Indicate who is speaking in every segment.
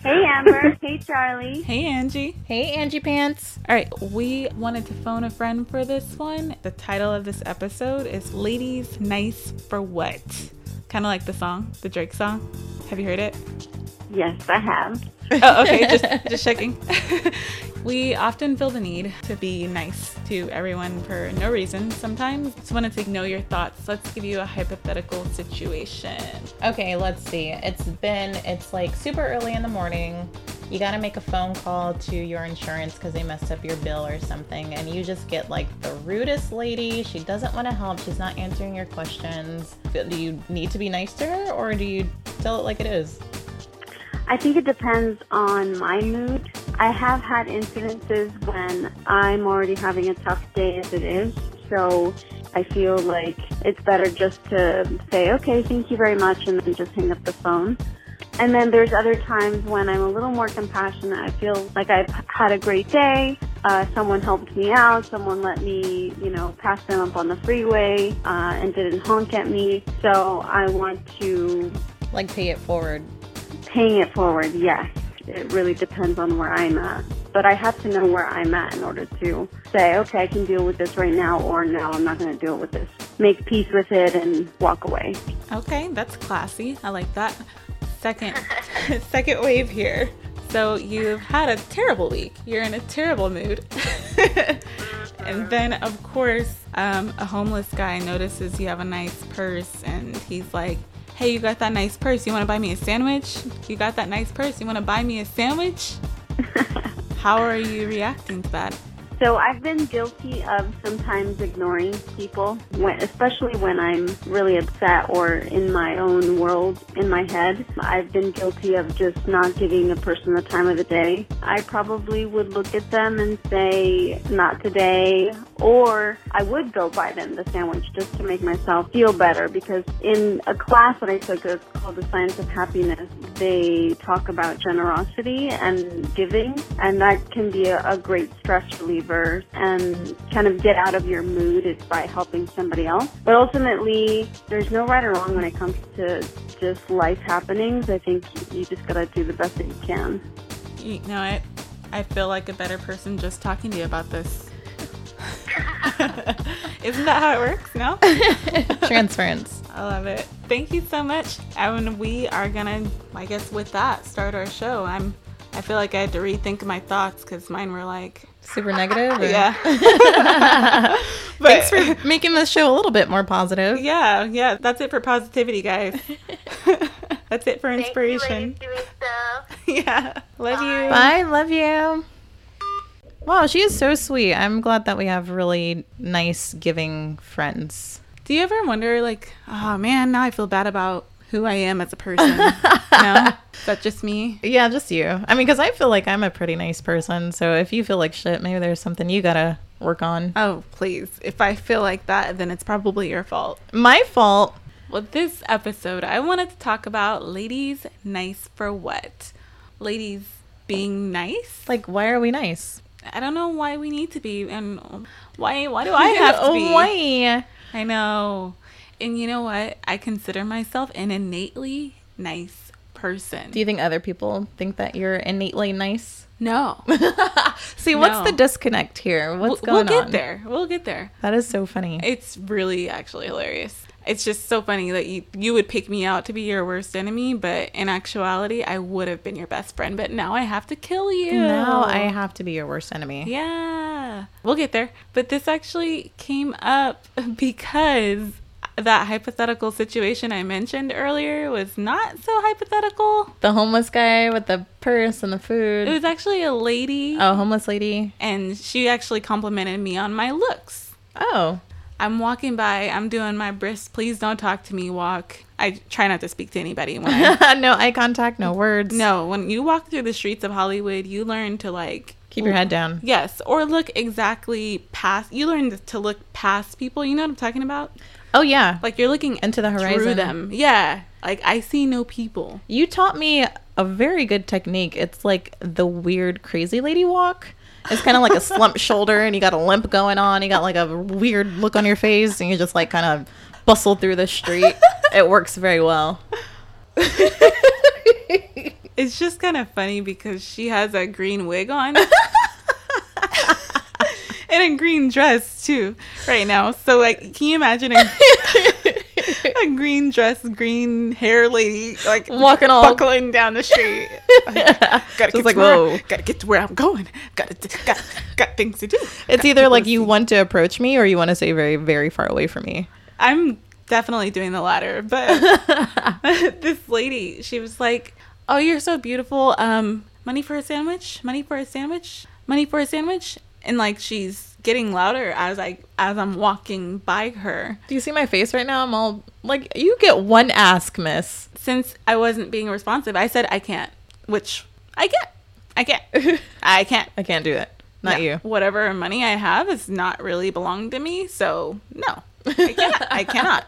Speaker 1: Hey, Amber. hey, Charlie.
Speaker 2: Hey, Angie.
Speaker 3: Hey, Angie Pants.
Speaker 2: All right, we wanted to phone a friend for this one. The title of this episode is Ladies Nice for What? Kind of like the song, the Drake song. Have you heard it?
Speaker 1: Yes, I have.
Speaker 2: oh, okay. Just, just checking. we often feel the need to be nice to everyone for no reason sometimes. Just wanted to know your thoughts. Let's give you a hypothetical situation.
Speaker 3: Okay, let's see. It's been, it's like super early in the morning. You got to make a phone call to your insurance because they messed up your bill or something. And you just get like the rudest lady. She doesn't want to help. She's not answering your questions. Do you need to be nice to her or do you tell it like it is?
Speaker 1: I think it depends on my mood. I have had incidences when I'm already having a tough day as it is, so I feel like it's better just to say, okay, thank you very much, and then just hang up the phone. And then there's other times when I'm a little more compassionate. I feel like I've had a great day. Uh, someone helped me out. Someone let me, you know, pass them up on the freeway uh, and didn't honk at me. So I want to
Speaker 3: Like pay it forward.
Speaker 1: paying it forward, yes. It really depends on where I'm at. But I have to know where I'm at in order to say, okay, I can deal with this right now, or no, I'm not going to deal with this. Make peace with it and walk away.
Speaker 2: Okay, that's classy. I like that. Second, second wave here. So you've had a terrible week. You're in a terrible mood. and then, of course, um, a homeless guy notices you have a nice purse and he's like, Hey, you got that nice purse. You want to buy me a sandwich? You got that nice purse. You want to buy me a sandwich? How are you reacting to that?
Speaker 1: So I've been guilty of sometimes ignoring people, when, especially when I'm really upset or in my own world, in my head. I've been guilty of just not giving the person the time of the day. I probably would look at them and say, not today, or I would go buy them the sandwich just to make myself feel better because in a class that I took that's called The Science of Happiness, they talk about generosity and giving, and that can be a, a great stress reliever and kind of get out of your mood is by helping somebody else. But ultimately, there's no right or wrong when it comes to just life happenings. I think you just gotta do the best that you can.
Speaker 2: You know, I, I feel like a better person just talking to you about this. Isn't that how it works? No?
Speaker 3: Transference.
Speaker 2: I love it. Thank you so much. And we are gonna, I guess, with that, start our show. I'm, I feel like I had to rethink my thoughts because mine were like,
Speaker 3: Super negative. or-
Speaker 2: yeah. but
Speaker 3: Thanks for making this show a little bit more positive.
Speaker 2: yeah, yeah. That's it for positivity, guys. that's it for inspiration.
Speaker 4: Thank you, ladies, doing stuff.
Speaker 2: yeah. Love you.
Speaker 3: Bye. Love you. Wow, she is so sweet. I'm glad that we have really nice, giving friends.
Speaker 2: Do you ever wonder, like, oh man, now I feel bad about who I am as a person? no, Is that just me.
Speaker 3: Yeah, just you. I mean, because I feel like I'm a pretty nice person. So if you feel like shit, maybe there's something you gotta work on.
Speaker 2: Oh please, if I feel like that, then it's probably your fault.
Speaker 3: My fault.
Speaker 2: Well, this episode, I wanted to talk about ladies nice for what? Ladies being nice?
Speaker 3: Like, why are we nice?
Speaker 2: I don't know why we need to be, and why why do I have to be?
Speaker 3: why?
Speaker 2: I know. And you know what? I consider myself an innately nice person.
Speaker 3: Do you think other people think that you're innately nice?
Speaker 2: no.
Speaker 3: See, what's
Speaker 2: No.
Speaker 3: the disconnect here? What's
Speaker 2: we'll, we'll
Speaker 3: going on?
Speaker 2: get there. We'll get there.
Speaker 3: That is so funny.
Speaker 2: It's really actually hilarious. It's just so funny that you you would pick me out to be your worst enemy, but in actuality, I would have been your best friend. But now I have to kill you.
Speaker 3: now I have to be your worst enemy.
Speaker 2: Yeah. We'll get there. But this actually came up because that hypothetical situation I mentioned earlier was not so hypothetical.
Speaker 3: The homeless guy with the purse and the food.
Speaker 2: It was actually a lady,
Speaker 3: oh, homeless lady.
Speaker 2: and she actually complimented me on my looks.
Speaker 3: Oh,
Speaker 2: I'm walking by, I'm doing my brisk, please don't talk to me walk. I try not to speak to anybody when I.
Speaker 3: no eye contact, no words.
Speaker 2: no, when you walk through the streets of Hollywood, you learn to like
Speaker 3: Keep your head down.
Speaker 2: Yes, or look exactly past. You learn to look past people. You know what I'm talking about?
Speaker 3: Oh yeah.
Speaker 2: Like you're looking
Speaker 3: Into the
Speaker 2: through
Speaker 3: horizon.
Speaker 2: them. Yeah. Like I see no people.
Speaker 3: You taught me a very good technique. It's like the weird crazy lady walk. It's kind of like a slumped shoulder, and you got a limp going on. You got like a weird look on your face, and you just like kind of bustle through the street. it works very well.
Speaker 2: It's just kind of funny because she has a green wig on. and a green dress too right now. So like can you imagine a, a green dress, green hair lady like
Speaker 3: Walking all-
Speaker 2: buckling down the street. Like, gotta
Speaker 3: Just
Speaker 2: get
Speaker 3: like,
Speaker 2: to where-
Speaker 3: whoa.
Speaker 2: gotta get to where I'm going. Gotta d- got, got things to do.
Speaker 3: It's
Speaker 2: Got
Speaker 3: either
Speaker 2: people
Speaker 3: like
Speaker 2: to
Speaker 3: you
Speaker 2: see.
Speaker 3: want to approach me or you want to stay very, very far away from me.
Speaker 2: I'm definitely doing the latter, but this lady, she was like, "Oh, you're so beautiful. Um, money for a sandwich? Money for a sandwich? Money for a sandwich?" And like she's getting louder as I as I'm walking by her.
Speaker 3: Do you see my face right now? I'm all like, you get one ask, miss.
Speaker 2: Since I wasn't being responsive, I said I can't, which I can't. I can't. I can't.
Speaker 3: I can't do that.
Speaker 2: No.
Speaker 3: Not you.
Speaker 2: Whatever money I have is not really belong to me, so no. I can't. I cannot.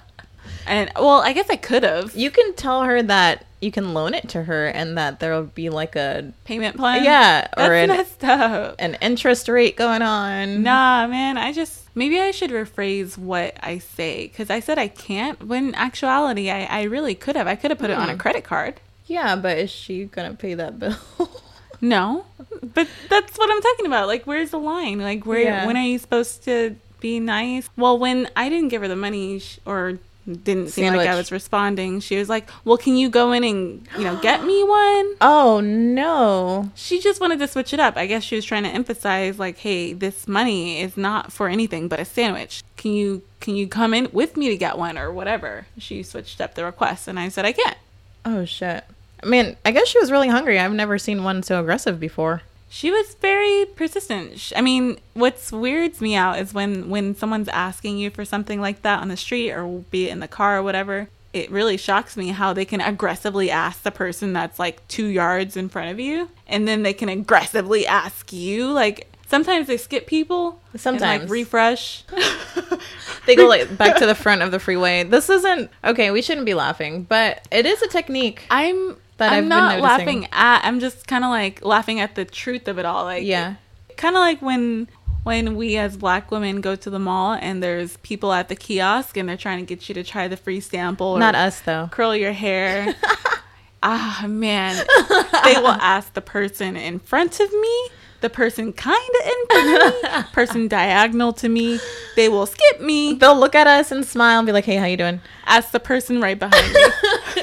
Speaker 2: And well, I guess I could have
Speaker 3: You can tell her that you can loan it to her and that there'll be like a
Speaker 2: payment plan.
Speaker 3: yeah
Speaker 2: That's
Speaker 3: or an,
Speaker 2: messed up.
Speaker 3: an interest rate going on.
Speaker 2: Nah, man. I just maybe I should rephrase what I say because I said I can't. When in actuality, I, I really could have. I could have put it on a
Speaker 3: Hmm.
Speaker 2: credit card.
Speaker 3: Yeah, but is she gonna pay that bill?
Speaker 2: No, but that's what I'm talking about. Like, where's the line? Like, where
Speaker 3: Yeah.
Speaker 2: when are you supposed to be nice? Well, when I didn't give her the money sh- or didn't seem like I
Speaker 3: Sandwich.
Speaker 2: was responding, she was like, "Well, can you go in and you know get me one?"
Speaker 3: oh no.
Speaker 2: she just wanted to switch it up. I guess she was trying to emphasize like, hey, this money is not for anything but a sandwich. Can you can you come in with me to get one or whatever? She switched up the request and I said I can't.
Speaker 3: Oh shit. I mean, I guess she was really hungry. I've never seen one so aggressive before.
Speaker 2: She was very persistent. Sh- I mean, what's weirds me out is when when someone's asking you for something like that on the street or be it in the car or whatever. It really shocks me how they can aggressively ask the person that's like 2 yards in front of you and then they can aggressively ask you like sometimes they skip people and,
Speaker 3: Sometimes.
Speaker 2: like refresh
Speaker 3: They go like back to the front of the freeway. This isn't okay. We shouldn't be laughing, but it is a technique.
Speaker 2: I'm
Speaker 3: That I've
Speaker 2: I'm
Speaker 3: been
Speaker 2: not
Speaker 3: noticing.
Speaker 2: laughing at. I'm just kind of like laughing at the truth of it all. Like
Speaker 3: Yeah.
Speaker 2: kind of like when when we as black women go to the mall and there's people at the kiosk and they're trying to get you to try the free sample. Or
Speaker 3: Not us though.
Speaker 2: Curl your hair. ah man, they will ask the person in front of me. The person kind of in front of me, person diagonal to me, they will skip me.
Speaker 3: They'll look at us and smile and be like, "Hey, how you doing?"
Speaker 2: Ask the person right behind me.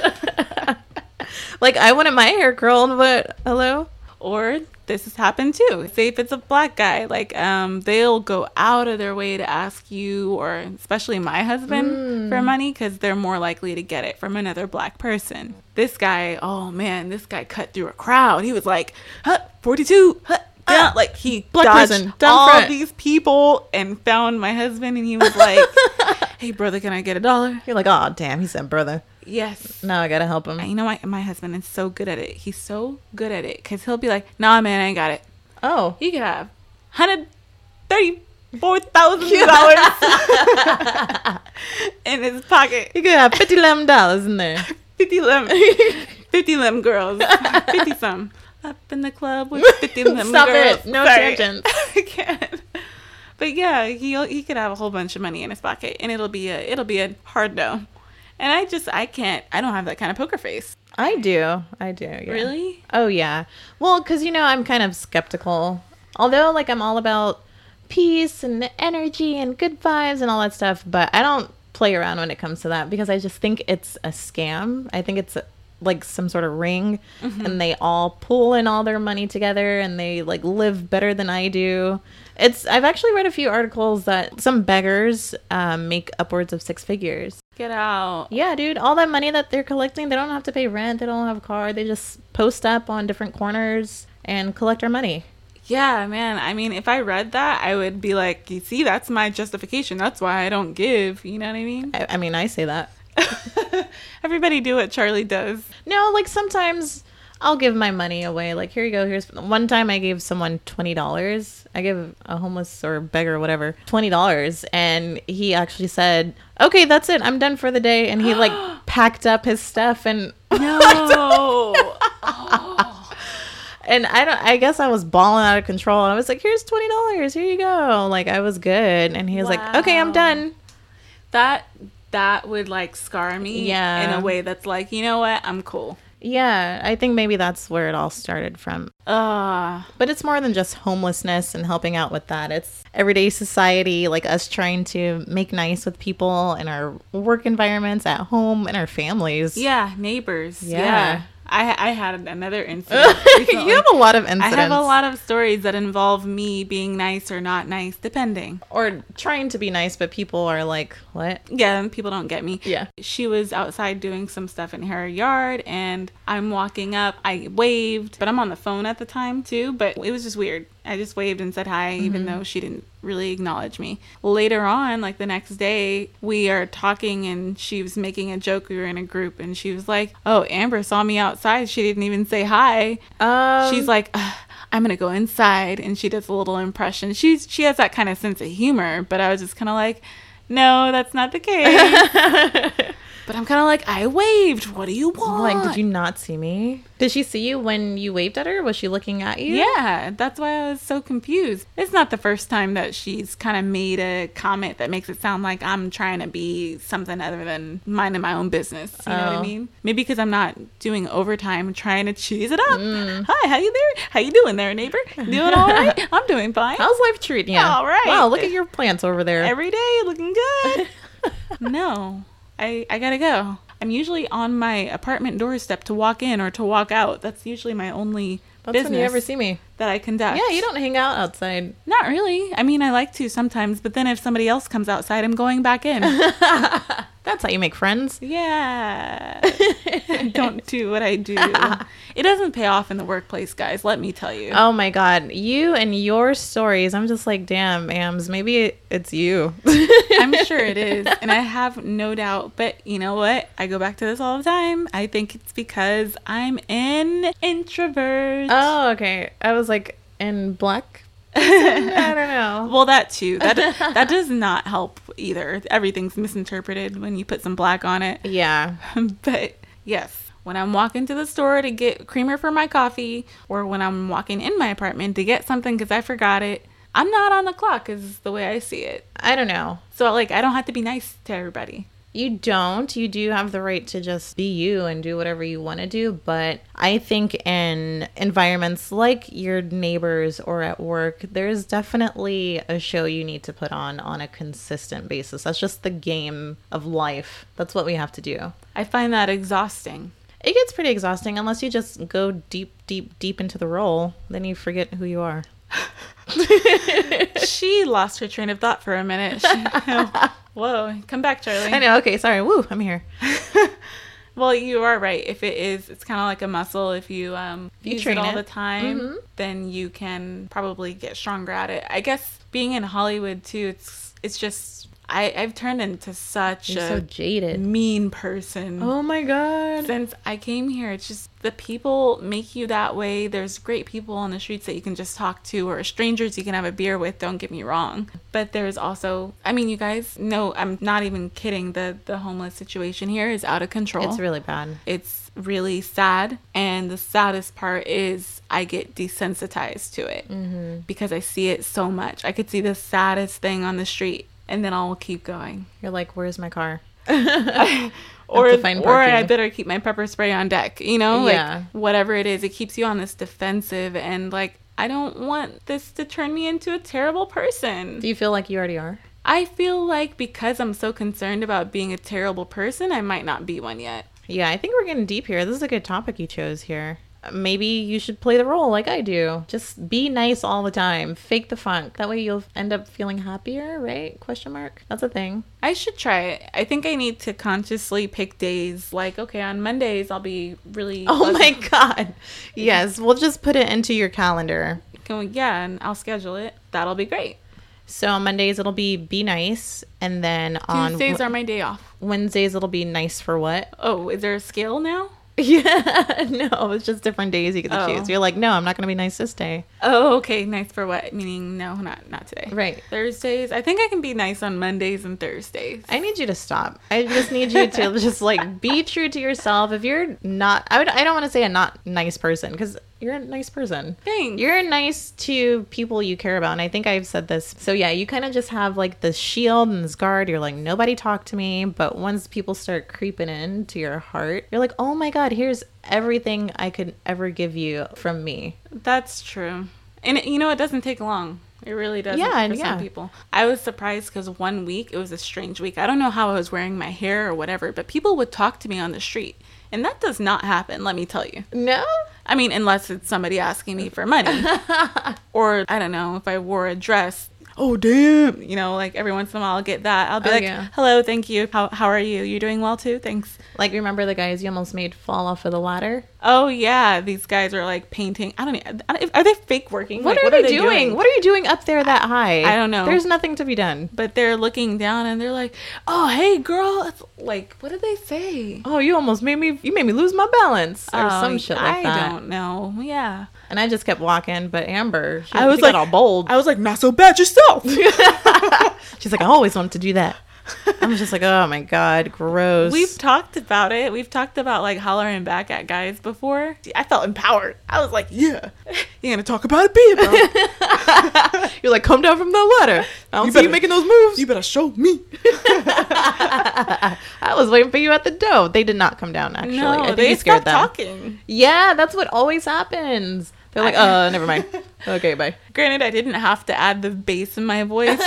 Speaker 3: Like, I wanted my hair curled, but hello.
Speaker 2: or this has happened too. Say if it's a black guy, like um, they'll go out of their way to ask you, or especially my husband,
Speaker 3: Mm.
Speaker 2: for money because they're more likely to get it from another black person. This guy, oh man, this guy cut through a crowd. He was like, huh, 42, huh, down. like he
Speaker 3: Black
Speaker 2: dodged
Speaker 3: person, down
Speaker 2: all
Speaker 3: front.
Speaker 2: these people and found my husband, and he was like, hey brother, can I get a dollar?
Speaker 3: You're like, "Oh, damn," he said, "Brother."
Speaker 2: Yes.
Speaker 3: Now I gotta help
Speaker 2: And
Speaker 3: him.
Speaker 2: You know, my, my husband is so good at it. He's so good at it because he'll be like, nah, man, I ain't got it.
Speaker 3: Oh,
Speaker 2: You could have hundred thirty four thousand dollars in his pocket.
Speaker 3: you could have fifty eleven dollars in there.
Speaker 2: Fifty lim, fifty lim girls, fifty some up in the club with fifty lim
Speaker 3: Stop
Speaker 2: girls.
Speaker 3: it. No
Speaker 2: Sorry.
Speaker 3: tangents.
Speaker 2: I can't. But yeah, he he could have a whole bunch of money in his pocket, and it'll be a it'll be a hard no. And I just I can't I don't have that kind of poker face.
Speaker 3: I do. I do. yeah.
Speaker 2: Really?
Speaker 3: Oh yeah. Well, because you know I'm kind of skeptical. Although like I'm all about peace and energy and good vibes and all that stuff, but I don't play around when it comes to that because I just think it's a scam. I think it's like some sort of ring and they all pull in all their money together and they like live better than I do. It's I've actually read a few articles that some beggars um, make upwards of six figures.
Speaker 2: Get out.
Speaker 3: Yeah, dude, all that money that they're collecting, they don't have to pay rent, they don't have a car, they just post up on different corners and collect our money.
Speaker 2: Yeah, man. I mean, if I read that, I would be like, you see, that's my justification. That's why I don't give. You know what I mean?
Speaker 3: I, I mean, I say that.
Speaker 2: Everybody do what Charlie does.
Speaker 3: No, like sometimes I'll give my money away. Like, here you go. Here's one time I gave someone $20. I gave a homeless or beggar, whatever, $20. And he actually said, okay, that's it. I'm done for the day. And he like packed up his stuff and.
Speaker 2: No.
Speaker 3: And I don't. I guess I was balling out of control. I was like, "Here's twenty dollars. Here you go." Like I was good, and he was like, "Okay, I'm
Speaker 2: Wow.
Speaker 3: done."
Speaker 2: that that would like scar me
Speaker 3: Yeah.
Speaker 2: in a way that's like, you know what? I'm cool.
Speaker 3: Yeah, I think maybe that's where it all started from.
Speaker 2: Ah,
Speaker 3: But it's more than just homelessness and helping out with that. It's everyday society, like us trying to make nice with people in our work environments, at home, in our families.
Speaker 2: yeah, neighbors. Yeah.
Speaker 3: Yeah.
Speaker 2: I I had another incident. recently.
Speaker 3: you have a lot of
Speaker 2: I
Speaker 3: incidents.
Speaker 2: have a lot of stories that involve me being nice or not nice, depending.
Speaker 3: Or trying to be nice, but people are like, what?
Speaker 2: Yeah, and people don't get me.
Speaker 3: Yeah.
Speaker 2: She was outside doing some stuff in her yard, and I'm walking up. I waved, but I'm on the phone at the time too. But it was just weird. I just waved and said hi, even though she didn't really acknowledge me. Later on, like the next day, we are talking, and she was making a joke. We were in a group, and she was like, Oh, Amber saw me outside. She didn't even say hi.
Speaker 3: Um,
Speaker 2: She's like, "Ugh, I'm gonna go inside, and she does a little impression. She's she has that kind of sense of humor, but I was just kind of like, no, that's not the case. but I'm kind of like, I waved. What do you want?
Speaker 3: like, did you not see me? Did she see you when you waved at her? Was she looking at you?
Speaker 2: Yeah, that's why I was so confused. It's not the first time that she's kind of made a comment that makes it sound like I'm trying to be something other than minding my own business. You know what I
Speaker 3: Oh.
Speaker 2: mean? Maybe because I'm not doing overtime, trying to cheese it up.
Speaker 3: Mm.
Speaker 2: Hi, how you there? How you doing there, neighbor? Doing all right? I'm doing fine.
Speaker 3: How's life treating you?
Speaker 2: All right.
Speaker 3: Wow, look at your plants over there.
Speaker 2: every day looking good. no, I, I gotta go. I'm usually on my apartment doorstep to walk in or to walk out. That's usually my only
Speaker 3: That's
Speaker 2: business
Speaker 3: when you ever see me.
Speaker 2: that I conduct.
Speaker 3: Yeah, you don't hang out outside.
Speaker 2: Not really. I mean, I like to sometimes, but then if somebody else comes outside, I'm going back in.
Speaker 3: That's how you make friends.
Speaker 2: yeah. don't do what I do. It doesn't pay off in the workplace, guys. Let me tell you.
Speaker 3: Oh my god, you and your stories. I'm just like, damn, Ams, maybe it's you.
Speaker 2: I'm sure it is. And I have no doubt. But you know what? I go back to this all the time. I think it's because I'm an introvert.
Speaker 3: oh, okay. I was like in black. I don't know.
Speaker 2: well, that too. That, that does not help either. Everything's misinterpreted when you put some black on it.
Speaker 3: Yeah.
Speaker 2: but yes, when I'm walking to the store to get creamer for my coffee, or when I'm walking in my apartment to get something because I forgot it, I'm not on the clock, is the way I see it.
Speaker 3: I don't know.
Speaker 2: So, like, I don't have to be nice to everybody.
Speaker 3: You don't. You do have the right to just be you and do whatever you want to do. But I think in environments like your neighbors or at work, there's definitely a show you need to put on on a consistent basis. That's just the game of life. That's what we have to do.
Speaker 2: I find that exhausting.
Speaker 3: It gets pretty exhausting unless you just go deep, deep, deep into the role. Then you forget who you are.
Speaker 2: she lost her train of thought for a minute. She- Whoa, come back, Charlie.
Speaker 3: I know. Okay. Sorry. Woo. I'm here.
Speaker 2: Well, you are right. If it is, it's kind of like a muscle. If you um,
Speaker 3: You
Speaker 2: use
Speaker 3: train
Speaker 2: it all
Speaker 3: it. Mm-hmm.
Speaker 2: the time, then you can probably get stronger at it. I guess being in Hollywood too, it's it's just I I've turned into such
Speaker 3: You're so
Speaker 2: a
Speaker 3: jaded.
Speaker 2: mean person.
Speaker 3: Oh my God.
Speaker 2: Since I came here, it's just the people make you that way. There's great people on the streets that you can just talk to, or strangers you can have a beer with. Don't get me wrong, but there's also, I mean, you guys know I'm not even kidding. The the homeless situation here is out of control.
Speaker 3: It's really bad.
Speaker 2: It's really sad. And the saddest part is I get desensitized to it because I see it so much. I could see the saddest thing on the street and then I'll keep going.
Speaker 3: You're like, where's my car?
Speaker 2: Or,
Speaker 3: to find
Speaker 2: or I
Speaker 3: parking.
Speaker 2: better keep my pepper spray on deck, you know?
Speaker 3: Yeah.
Speaker 2: Like, whatever it is, it keeps you on this defensive. And, like, I don't want this to turn me into a terrible person.
Speaker 3: Do you feel like you already are?
Speaker 2: I feel like because I'm so concerned about being a terrible person, I might not be one yet.
Speaker 3: Yeah, I think we're getting deep here. This is a good topic you chose here. Maybe you should play the role like I do. Just be nice all the time. Fake the funk. That way you'll end up feeling happier, right? Question mark. That's a thing.
Speaker 2: I should try it. I think I need to consciously pick days. Like, okay, on Mondays I'll be really.
Speaker 3: Oh my god. Yes, we'll just put it into your calendar.
Speaker 2: Can we- yeah, and I'll schedule it. That'll be great.
Speaker 3: So on Mondays it'll be be nice, and then on
Speaker 2: Tuesdays are my day off.
Speaker 3: Wednesdays it'll be nice for what?
Speaker 2: Oh, is there a scale now?
Speaker 3: Yeah, no, it's just different days you get to
Speaker 2: Oh.
Speaker 3: choose. You're like, no, I'm not gonna be nice this day.
Speaker 2: Oh, okay. Nice for what? Meaning, no, not not today.
Speaker 3: Right.
Speaker 2: Thursdays. I think I can be nice on Mondays and Thursdays.
Speaker 3: I need you to stop. I just need you to just like be true to yourself. If you're not, I would, I don't want to say a not nice person because you're a nice person.
Speaker 2: Thanks.
Speaker 3: You're nice to people you care about. And I think I've said this. So yeah, you kind of just have like this shield and this guard. You're like, nobody talk to me. But once people start creeping in to your heart, you're like, oh my God, God, here's everything I could ever give you from me.
Speaker 2: That's true. And it, you know, it doesn't take long. It really doesn't
Speaker 3: Yeah,
Speaker 2: for
Speaker 3: and
Speaker 2: some
Speaker 3: yeah.
Speaker 2: people. I was surprised because one week, it was a strange week. I don't know how I was wearing my hair or whatever, but people would talk to me on the street. And that does not happen, let me tell you.
Speaker 3: No?
Speaker 2: I mean, unless it's somebody asking me for money. or I don't know, if I wore a dress, oh damn, you know, like every once in a while I'll get that. I'll be
Speaker 3: Oh,
Speaker 2: like,
Speaker 3: yeah.
Speaker 2: "Hello, thank you. How how are you? You doing well too? Thanks."
Speaker 3: Like, remember the guys you almost made fall off of the ladder?
Speaker 2: Oh yeah, these guys are like painting. I don't know. I don't- e, Are they fake working?
Speaker 3: What
Speaker 2: Like,
Speaker 3: are, they, doing? What are you doing up there that high?
Speaker 2: I don't know.
Speaker 3: There's nothing to be done.
Speaker 2: but they're looking down and they're like, "Oh, hey girl." It's like, what did they say?
Speaker 3: Oh, you almost made me, you made me lose my balance or
Speaker 2: Oh,
Speaker 3: some shit like
Speaker 2: I
Speaker 3: that.
Speaker 2: don't know. Yeah.
Speaker 3: And I just kept walking, but Amber, she,
Speaker 2: I was
Speaker 3: she got
Speaker 2: like-
Speaker 3: all bold.
Speaker 2: I was like, "Not so bad yourself."
Speaker 3: She's like, I always wanted to do that. I was just like, oh my God, gross.
Speaker 2: We've talked about it. We've talked about like hollering back at guys before. I felt empowered. I was like, yeah, you're gonna talk about it, be about.
Speaker 3: You're like, come down from that ladder. I don't
Speaker 2: You
Speaker 3: see you
Speaker 2: better-
Speaker 3: making those moves.
Speaker 2: you better show me.
Speaker 3: I was waiting for you at the door. They did not come down, actually.
Speaker 2: no,
Speaker 3: I think
Speaker 2: they
Speaker 3: you scared
Speaker 2: stopped
Speaker 3: them.
Speaker 2: talking.
Speaker 3: Yeah, that's what always happens. They're like, uh, never mind. Okay, bye.
Speaker 2: Granted, I didn't have to add the bass in my voice,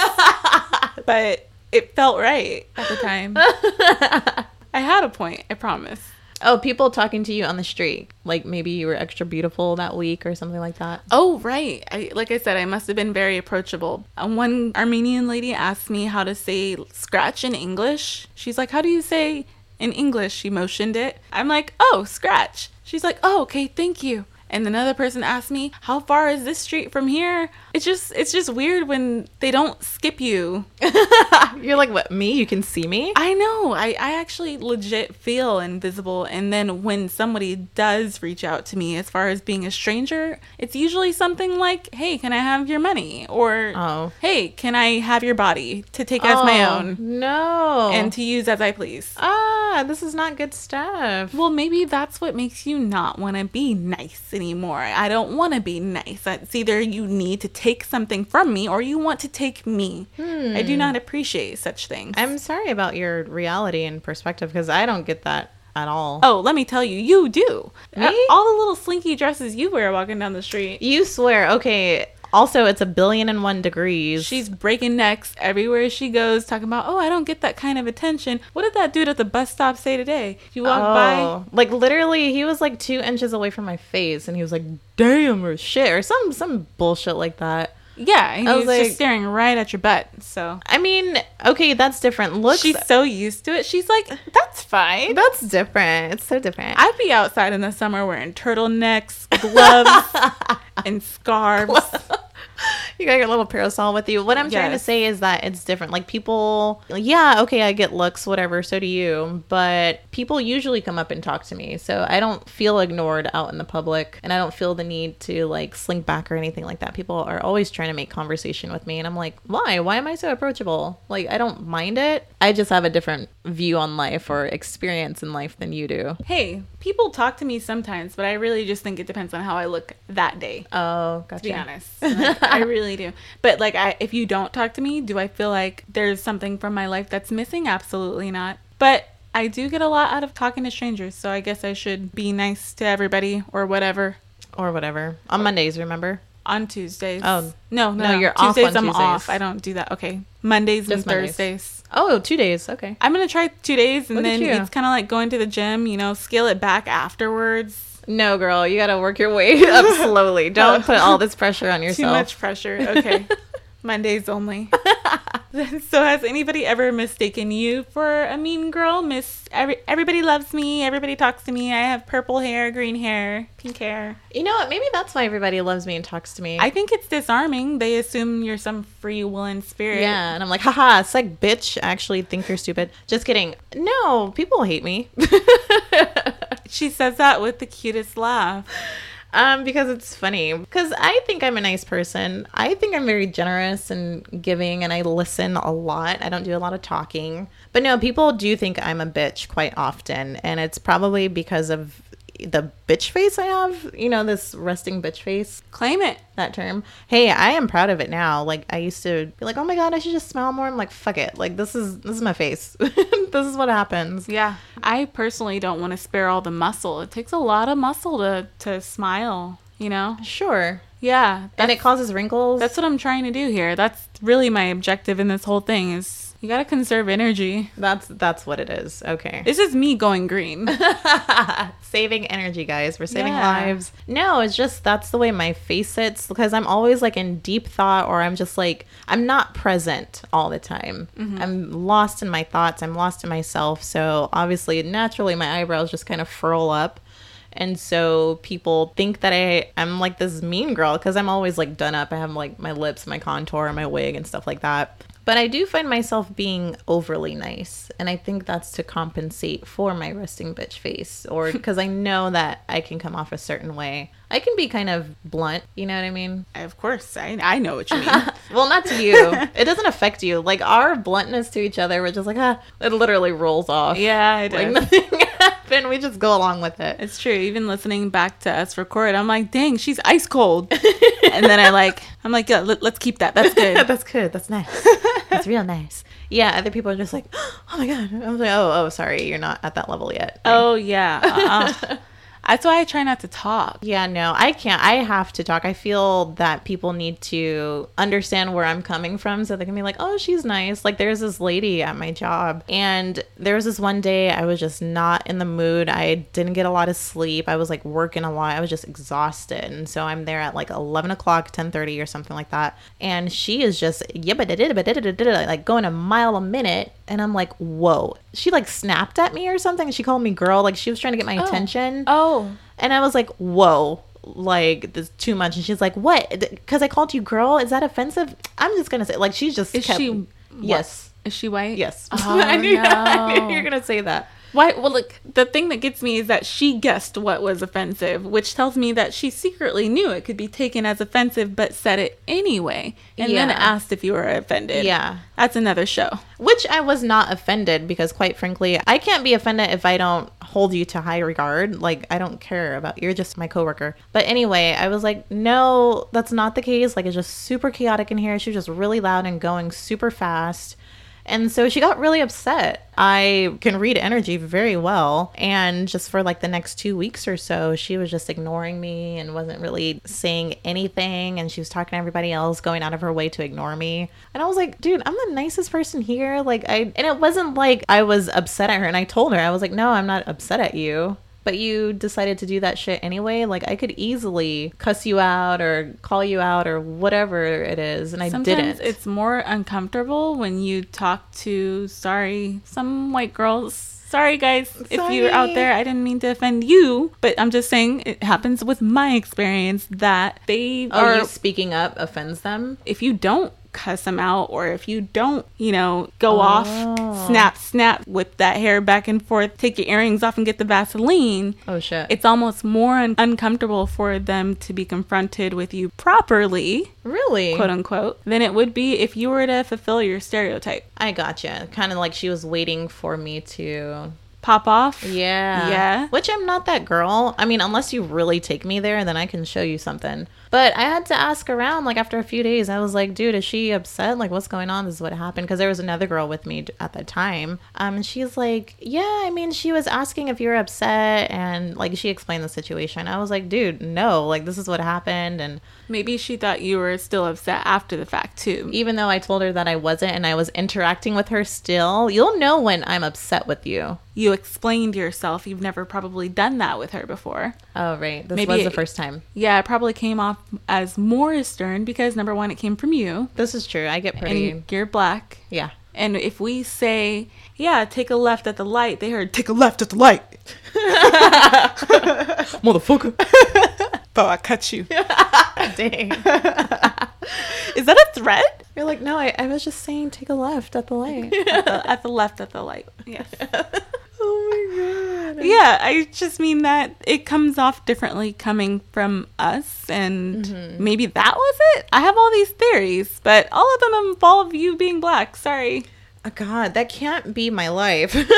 Speaker 2: but it felt right at the time. I had a point. I promise.
Speaker 3: Oh, people talking to you on the street. Like maybe you were extra beautiful that week or something like that.
Speaker 2: Oh, right. I, like I said, I must have been very approachable. Uh, One Armenian lady asked me how to say scratch in English. She's like, How do you say in English? She motioned it. I'm like, Oh, scratch. She's like, Oh, okay, thank you. And another person asked me, "How far is this street from here?" It's just it's just weird when they don't skip you.
Speaker 3: You're like, what, me? You can see me?
Speaker 2: I know. I I actually legit feel invisible and then when somebody does reach out to me as far as being a stranger, it's usually something like, "Hey, can I have your money?" or
Speaker 3: Oh.
Speaker 2: "Hey, can I have your body to take as my
Speaker 3: Oh,
Speaker 2: own
Speaker 3: No.
Speaker 2: and to use as I please?"
Speaker 3: ah, this is not good stuff.
Speaker 2: Well, maybe that's what makes you not want to be nice anymore. I don't want to be nice. It's either you need to take something from me or you want to take me. I
Speaker 3: Hmm.
Speaker 2: do not appreciate such things.
Speaker 3: I'm sorry about your reality and perspective because I don't get that at all.
Speaker 2: oh, let me tell you, you do.
Speaker 3: Me?
Speaker 2: All the little slinky dresses you wear walking down the street.
Speaker 3: You swear. Okay. Also, it's a billion and one degrees.
Speaker 2: She's breaking necks everywhere she goes, talking about, oh, I don't get that kind of attention. What did that dude at the bus stop say today? You walk by.
Speaker 3: Oh, like literally, he was like two inches away from my face, and he was like, "Damn" or "shit" or some some bullshit like that.
Speaker 2: Yeah, and
Speaker 3: I
Speaker 2: he's
Speaker 3: was
Speaker 2: just
Speaker 3: like-
Speaker 2: staring right at your butt. So
Speaker 3: I mean, okay, that's different. Looks,
Speaker 2: she's so used to it. She's like, that's fine.
Speaker 3: that's different. It's so different.
Speaker 2: I'd be outside in the summer wearing turtlenecks, gloves, and scarves.
Speaker 3: you got your little parasol with you. What I'm trying to
Speaker 2: Yes.
Speaker 3: say is that it's different. Like people, yeah, okay, I get looks, whatever. So do you, but people usually come up and talk to me, so I don't feel ignored out in the public, and I don't feel the need to like slink back or anything like that. People are always trying to make conversation with me, and I'm like, why? Why am I so approachable? Like I don't mind it. I just have a different view on life or experience in life than you do.
Speaker 2: Hey, people talk to me sometimes, but I really just think it depends on how I look that day.
Speaker 3: Oh, gotcha.
Speaker 2: To be honest, Like, I really do. But like, I if you don't talk to me, do I feel like there's something from my life that's missing? Absolutely not. But I do get a lot out of talking to strangers, so I guess I should be nice to everybody or whatever.
Speaker 3: Or whatever. On Mondays, remember?
Speaker 2: On Tuesdays.
Speaker 3: Oh.
Speaker 2: no, no,
Speaker 3: No, you're off
Speaker 2: Tuesdays.
Speaker 3: on
Speaker 2: I'm
Speaker 3: Tuesdays.
Speaker 2: off. I don't do that. Okay, Mondays and
Speaker 3: Just Mondays.
Speaker 2: Thursdays.
Speaker 3: Oh, two days. Okay.
Speaker 2: I'm gonna try two days, and
Speaker 3: Look at
Speaker 2: then
Speaker 3: you.
Speaker 2: it's kind of like going to the gym. You know, scale it back afterwards.
Speaker 3: No, girl, you gotta work your way up slowly. Don't put all this pressure on
Speaker 2: Too
Speaker 3: yourself.
Speaker 2: much pressure. Okay, Mondays only. so, has anybody ever mistaken you for a mean girl? Miss every, everybody loves me. Everybody talks to me. I have purple hair, green hair, pink hair.
Speaker 3: You know what? Maybe that's why everybody loves me and talks to me.
Speaker 2: I think it's disarming. They assume you're some free willing spirit.
Speaker 3: yeah, and I'm like, haha, psych, bitch. I actually think you're stupid. Just kidding. No, people hate me.
Speaker 2: She says that with the cutest laugh.
Speaker 3: um, because it's funny. Because I think I'm a nice person. I think I'm very generous and giving, and I listen a lot. I don't do a lot of talking. But no, people do think I'm a bitch quite often, and it's probably because of the bitch face I have, you know, this resting bitch face,
Speaker 2: Claim it.
Speaker 3: that term. Hey, I am proud of it now. Like I used to be like, "Oh my god, I should just smile more." I'm like, "Fuck it. Like this is this is my face. this is what happens."
Speaker 2: Yeah. I personally don't want to spare all the muscle. It takes a lot of muscle to to smile, you know?
Speaker 3: Sure.
Speaker 2: Yeah.
Speaker 3: and it causes wrinkles.
Speaker 2: That's what I'm trying to do here. That's really my objective in this whole thing is you got to conserve energy.
Speaker 3: that's that's what it is. Okay.
Speaker 2: This is me going green.
Speaker 3: saving energy, guys. We're saving
Speaker 2: Yeah.
Speaker 3: lives. No, it's just that's the way my face sits because I'm always like in deep thought or I'm just like I'm not present all the time. I'm lost in my thoughts. I'm lost in myself. So obviously, naturally, my eyebrows just kind of furl up. And so people think that I I'm like this mean girl because I'm always like done up. I have like my lips, my contour, my wig, and stuff like that. But I do find myself being overly nice, and I think that's to compensate for my resting bitch face, or because I know that I can come off a certain way. I can be kind of blunt, you know what I mean?
Speaker 2: of course, I, I know what you mean.
Speaker 3: Well, not to you. it doesn't affect you. Like our bluntness to each other, we're just like, ah, it literally rolls off.
Speaker 2: yeah, it
Speaker 3: like
Speaker 2: is.
Speaker 3: nothing happened. We just go along with it.
Speaker 2: It's true. Even listening back to us record, I'm like, dang, she's ice cold. and then I like, I'm like, yeah, let, let's keep that. That's good.
Speaker 3: That's good. That's nice. That's real nice. Yeah, other people are just like, oh my god. I'm like, oh, oh, sorry, you're not at that level yet.
Speaker 2: oh yeah. Uh-uh. That's why I try not to talk.
Speaker 3: Yeah, no, I can't. I have to talk. I feel that people need to understand where I'm coming from so they can be like, oh, she's nice. Like, there's this lady at my job. And there was this one day I was just not in the mood. I didn't get a lot of sleep. I was like working a lot. I was just exhausted. And so I'm there at like 11 o'clock, 10.30 or something like that. And she is just, yibba-da-da-da-da-da-da-da, like going a mile a minute. And I'm like, whoa. She like snapped at me or something. She called me girl. Like, she was trying to get my attention.
Speaker 2: Oh.
Speaker 3: And I was like, whoa, like this is too much. And she's like, what? Because I called you girl. Is that offensive? I'm just gonna say, like, she's just
Speaker 2: Is
Speaker 3: kept-
Speaker 2: she what?
Speaker 3: Yes,
Speaker 2: Is she white?
Speaker 3: yes.
Speaker 2: Oh,
Speaker 3: I knew I
Speaker 2: no.
Speaker 3: knew you were gonna say that.
Speaker 2: Why? Well, look, the thing that gets me is that she guessed what was offensive, which tells me that she secretly knew it could be taken as offensive, but said it anyway, and then
Speaker 3: Yeah.
Speaker 2: asked if you were offended.
Speaker 3: Yeah.
Speaker 2: that's another show.
Speaker 3: Which I was not offended because, quite frankly, I can't be offended if I don't hold you to high regard. Like, I don't care about you're just my coworker. But anyway, I was like, no, that's not the case. Like, it's just super chaotic in here. She was just really loud and going super fast. And so she got really upset. I can read energy very well. And just for like the next two weeks or so, she was just ignoring me and wasn't really saying anything. And she was talking to everybody else, going out of her way to ignore me. And I was like, dude, I'm the nicest person here. Like, I, and it wasn't like I was upset at her. And I told her, I was like, no, I'm not upset at you. But you decided to do that shit anyway. Like, I could easily cuss you out or call you out or whatever it is. And I
Speaker 2: Sometimes
Speaker 3: didn't.
Speaker 2: it's more uncomfortable when you talk to sorry some white girls. Sorry guys, if you're out
Speaker 3: Sorry.
Speaker 2: there, I didn't mean to offend you, but I'm just saying it happens with my experience that they
Speaker 3: Are
Speaker 2: are
Speaker 3: Oh, you speaking up offends them?
Speaker 2: if you don't cuss them out or if you don't, you know, go off, snap, snap, whip that hair back and forth, take your earrings off and get the Vaseline.
Speaker 3: Oh shit.
Speaker 2: It's almost more un- uncomfortable for them to be confronted with you properly,
Speaker 3: really
Speaker 2: quote unquote, than it would be if you were to fulfill your stereotype.
Speaker 3: I gotcha. Kind of like she was waiting for me to.
Speaker 2: Pop off.
Speaker 3: Yeah.
Speaker 2: Yeah.
Speaker 3: Which I'm not that girl. I mean, unless you really take me there, then I can show you something. But I had to ask around, like, after a few days, I was like, dude, is she upset? Like, what's going on? This is what happened. Because there was another girl with me d- at the time. Um, and she's like, yeah, I mean, she was asking if you were upset. And, like, she explained the situation. I was like, dude, no. Like, this is what happened. And
Speaker 2: Maybe she thought you were still upset after the fact, too.
Speaker 3: even though I told her that I wasn't and I was interacting with her still, you'll know when I'm upset with you.
Speaker 2: You explained yourself. You've never probably done that with her before.
Speaker 3: Oh, right. This
Speaker 2: Maybe
Speaker 3: was the
Speaker 2: it-
Speaker 3: first time.
Speaker 2: Yeah, it probably came off as more stern because number one, it came from you.
Speaker 3: This is true. I get pretty.
Speaker 2: and you're black.
Speaker 3: yeah.
Speaker 2: And if we say, yeah, take a left at the light, they heard, take a left at the light.
Speaker 3: Motherfucker.
Speaker 2: Bo, I cut you.
Speaker 3: Dang.
Speaker 2: Is that a threat?
Speaker 3: You're like, no, I, I was just saying take a left at the light.
Speaker 2: at, the, at the left at the light. Yes.
Speaker 3: oh, my God.
Speaker 2: Yeah, I just mean that it comes off differently coming from us. And
Speaker 3: Mm-hmm.
Speaker 2: maybe that was it. I have all these theories, but all of them involve you being black. Sorry.
Speaker 3: oh, God, that can't be my life.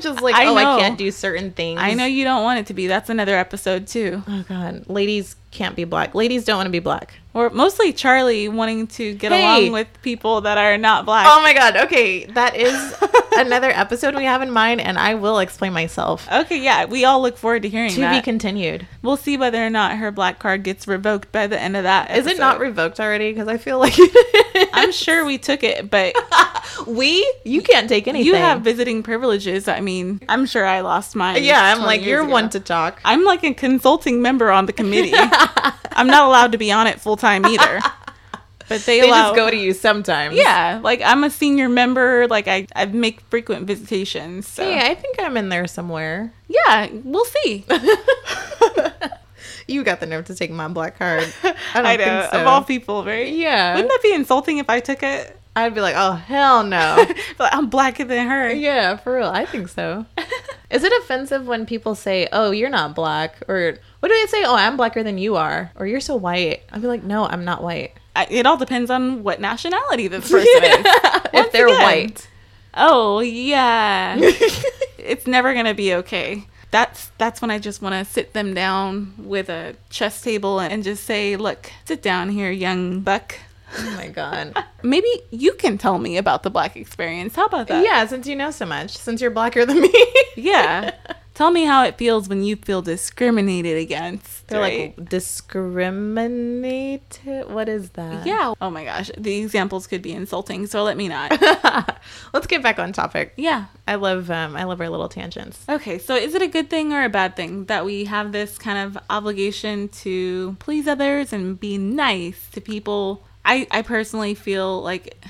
Speaker 3: Just like,
Speaker 2: I
Speaker 3: oh,
Speaker 2: know.
Speaker 3: I can't do certain things.
Speaker 2: I know you don't want it to be. That's another episode too.
Speaker 3: Oh, God. Ladies can't be black. Ladies don't want to be black.
Speaker 2: Or mostly Charlie wanting to get
Speaker 3: Hey.
Speaker 2: along with people that are not black.
Speaker 3: Oh, my God. Okay. That is another episode we have in mind, and I will explain myself.
Speaker 2: okay, yeah, we all look forward to hearing
Speaker 3: To be
Speaker 2: that.
Speaker 3: continued.
Speaker 2: we'll see whether or not her black card gets revoked by the end of that.
Speaker 3: Is it not
Speaker 2: episode.
Speaker 3: revoked already? Because I feel like it
Speaker 2: I'm sure we took it, but
Speaker 3: is. we? You can't take anything.
Speaker 2: you have visiting privileges. I mean, I'm sure I lost mine.
Speaker 3: Yeah, I'm
Speaker 2: 20
Speaker 3: like,
Speaker 2: years
Speaker 3: you're
Speaker 2: ago.
Speaker 3: one to talk.
Speaker 2: I'm like a consulting member on the committee. I'm not allowed to be on it full time either. But they,
Speaker 3: They
Speaker 2: allow
Speaker 3: just go to you sometimes.
Speaker 2: Yeah, like I'm a senior member. Like I, I make frequent visitations. So
Speaker 3: Hey, I think I'm in there somewhere.
Speaker 2: yeah, we'll see.
Speaker 3: You got the nerve to take my black card. I don't
Speaker 2: I know
Speaker 3: think so.
Speaker 2: of all people, right?
Speaker 3: yeah.
Speaker 2: Wouldn't that be insulting if I took it?
Speaker 3: I'd be like, oh, hell no.
Speaker 2: But I'm blacker than her.
Speaker 3: yeah, for real. I think so. Is it offensive when people say, oh, you're not black? Or what do they say? Oh, I'm blacker than you are. Or you're so white. I'd be like, no, I'm not white.
Speaker 2: I, it all depends on what nationality this person is. Once
Speaker 3: if they're
Speaker 2: again.
Speaker 3: white.
Speaker 2: Oh yeah, it's never gonna be okay. That's that's when I just want to sit them down with a chess table and just say, look, sit down here, young buck.
Speaker 3: oh, my God.
Speaker 2: Maybe you can tell me about the black experience. How about that?
Speaker 3: yeah, since you know so much, since you're blacker than me.
Speaker 2: Yeah. Tell me how it feels when you feel discriminated against.
Speaker 3: They're
Speaker 2: right?
Speaker 3: like, discriminated? What is that?
Speaker 2: yeah. Oh my gosh. The examples could be insulting, so let me not.
Speaker 3: Let's get back on topic.
Speaker 2: yeah.
Speaker 3: I love um, I love our little tangents.
Speaker 2: Okay. So is it a good thing or a bad thing that we have this kind of obligation to please others and be nice to people? I, I personally feel like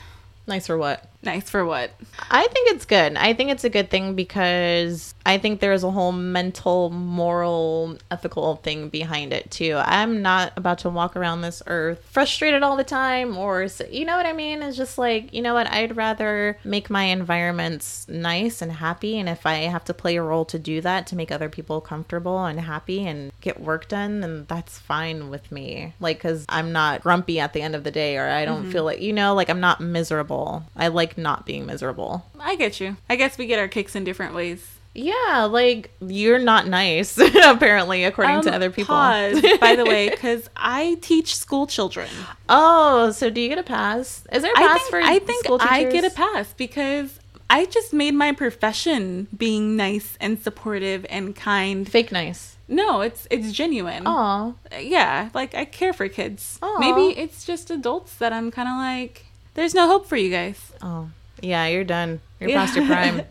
Speaker 3: Nice for what?
Speaker 2: nice for what?
Speaker 3: I think it's good. I think it's a good thing because I think there's a whole mental, moral, ethical thing behind it too. I'm not about to walk around this earth frustrated all the time or s- you know what I mean? It's just like, you know what? I'd rather make my environments nice and happy and if I have to play a role to do that to make other people comfortable and happy and get work done, then that's fine with me. Like cuz I'm not grumpy at the end of the day or I don't
Speaker 2: Mm-hmm.
Speaker 3: feel like, you know, like I'm not miserable. I like not being miserable.
Speaker 2: I get you. I guess we get our kicks in different ways.
Speaker 3: Yeah, like you're not nice, apparently, according to
Speaker 2: Um,
Speaker 3: other people.
Speaker 2: Pause, by the way, because I teach school children.
Speaker 3: oh, so do you get a pass? Is there a pass
Speaker 2: I think,
Speaker 3: for
Speaker 2: I think
Speaker 3: school
Speaker 2: I
Speaker 3: teachers?
Speaker 2: get a pass because I just made my profession being nice and supportive and kind.
Speaker 3: Fake nice.
Speaker 2: No, it's it's genuine.
Speaker 3: Oh,
Speaker 2: Yeah, like I care for kids.
Speaker 3: Aw.
Speaker 2: Maybe it's just adults that I'm kind of like there's no hope for you guys.
Speaker 3: oh, yeah. You're done. You're
Speaker 2: Yeah.
Speaker 3: past your prime.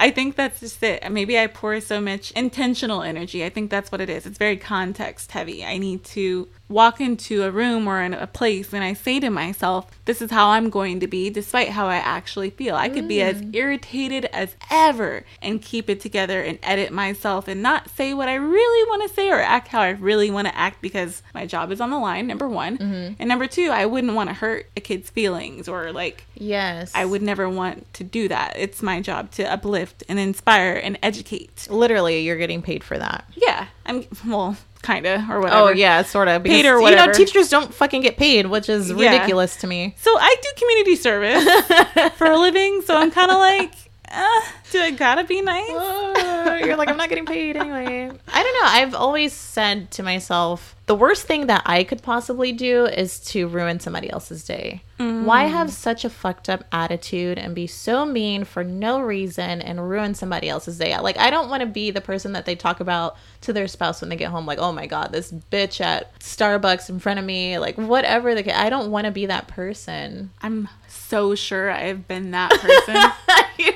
Speaker 2: I think that's just it. Maybe I pour so much intentional energy. I think that's what it is. It's very context heavy. I need to walk into a room or in a place and I say to myself, this is how I'm going to be, despite how I actually feel. I could be
Speaker 3: Mm.
Speaker 2: as irritated as ever and keep it together and edit myself and not say what I really want to say or act how I really want to act because my job is on the line, number one.
Speaker 3: Mm-hmm.
Speaker 2: And number two, I wouldn't want to hurt a kid's feelings or like
Speaker 3: yes,
Speaker 2: I would never want to do that. It's my job to uplift and inspire and educate.
Speaker 3: Literally, you're getting paid for that.
Speaker 2: Yeah, I'm well, kind of or whatever.
Speaker 3: Oh yeah, sort of.
Speaker 2: Paid or
Speaker 3: You
Speaker 2: whatever.
Speaker 3: know, teachers don't fucking get paid, which is
Speaker 2: Yeah.
Speaker 3: ridiculous to me.
Speaker 2: So I do community service for a living. So I'm kind of like, uh, do I gotta be nice?
Speaker 3: Oh, you're like, I'm not getting paid anyway. I don't know. I've always said to myself, the worst thing that I could possibly do is to ruin somebody else's day. Why have such a fucked up attitude and be so mean for no reason and ruin somebody else's day? Like, I don't want to be the person that they talk about to their spouse when they get home, like, oh my God, this bitch at Starbucks in front of me, like, whatever. The, ca- I don't want to be that person.
Speaker 2: I'm so sure I've been that person.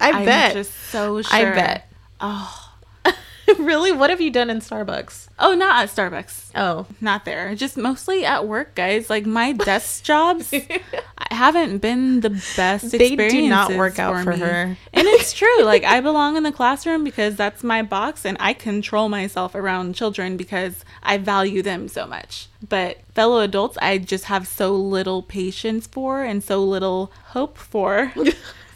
Speaker 3: I
Speaker 2: I'm
Speaker 3: bet.
Speaker 2: just so
Speaker 3: I
Speaker 2: sure.
Speaker 3: bet.
Speaker 2: Oh,
Speaker 3: really? What have you done in Starbucks?
Speaker 2: oh, not at Starbucks.
Speaker 3: Oh.
Speaker 2: not there. Just mostly at work, guys. Like my desk jobs I haven't been the best.
Speaker 3: They do not
Speaker 2: experiences
Speaker 3: work out for
Speaker 2: me.
Speaker 3: her.
Speaker 2: and it's true. Like I belong in the classroom because that's my box, and I control myself around children because I value them so much. But fellow adults, I just have so little patience for and so little hope for.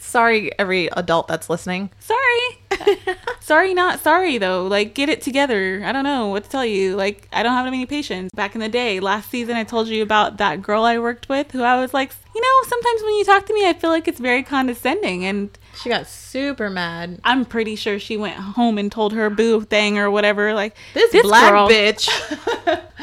Speaker 3: Sorry, every adult that's listening.
Speaker 2: sorry sorry not sorry though like get it together i don't know what to tell you like i don't have any patience back in the day last season i told you about that girl i worked with who i was like you know sometimes when you talk to me, I feel like it's very condescending. And
Speaker 3: She got super mad.
Speaker 2: I'm pretty sure she went home and told her boo thing or whatever. Like,
Speaker 3: This, black
Speaker 2: girl-
Speaker 3: bitch.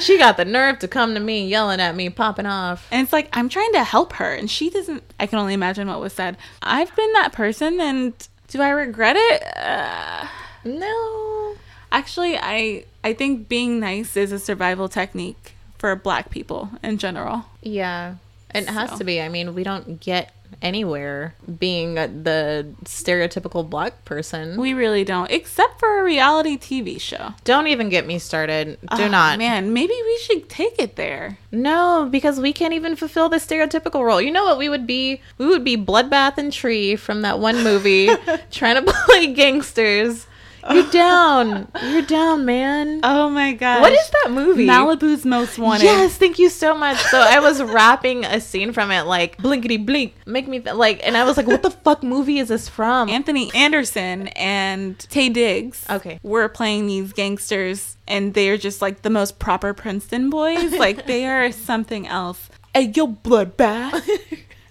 Speaker 3: she got the nerve to come to me yelling at me, popping off.
Speaker 2: And it's like, I'm trying to help her. And she doesn't. I can only imagine what was said. I've been that person. And do I regret it? Uh,
Speaker 3: No.
Speaker 2: actually, I, I think being nice is a survival technique for black people in general.
Speaker 3: Yeah. It has
Speaker 2: So.
Speaker 3: to be. I mean, we don't get anywhere being the stereotypical black person.
Speaker 2: We really don't, except for a reality TV show.
Speaker 3: don't even get me started. Do
Speaker 2: Oh,
Speaker 3: not.
Speaker 2: Man, maybe we should take it there.
Speaker 3: No, because we can't even fulfill the stereotypical role. You know what we would be? We would be Bloodbath and Tree from that one movie trying to play gangsters. You're down. You're down, man.
Speaker 2: Oh my god.
Speaker 3: what is that movie?
Speaker 2: Malibu's Most Wanted.
Speaker 3: Yes, thank you so much. So I was rapping a scene from it, like blinkety blink, make me th- like, and I was like, "What the fuck movie is this from?"
Speaker 2: Anthony Anderson and Tay Diggs
Speaker 3: Okay.
Speaker 2: were playing these gangsters, and they're just like the most proper Princeton boys. like they are something else. Hey, yo, bloodbath.